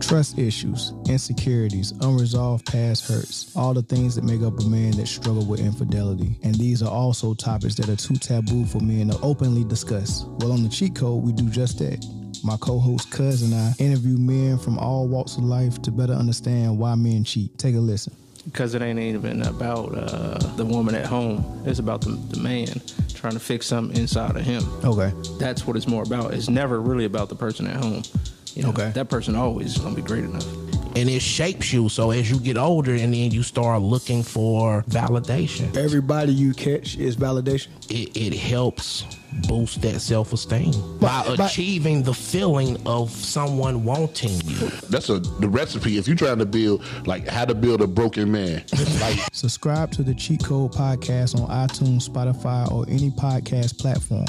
Trust issues, insecurities, unresolved past hurts, all the things that make up a man that struggle with infidelity. And these are also topics that are too taboo for men to openly discuss. Well, on the cheat code, we do just that. My co host Cuz and I interview men from all walks of life to better understand why men cheat. Take a listen. because it ain't even about uh, the woman at home. It's about the, the man trying to fix something inside of him. Okay. That's what it's more about. It's never really about the person at home. You know, Okay. That person always is gonna be great enough. and it shapes you. So as you get older, and then you start looking for validation, Everybody you catch is validation. it, it helps boost that self esteem by, But- but- achieving the feeling of someone wanting you. That's a the recipe. If you're trying to build like how to build a broken man, like Subscribe to the Cheat Code Podcast on iTunes, Spotify, or any podcast platform.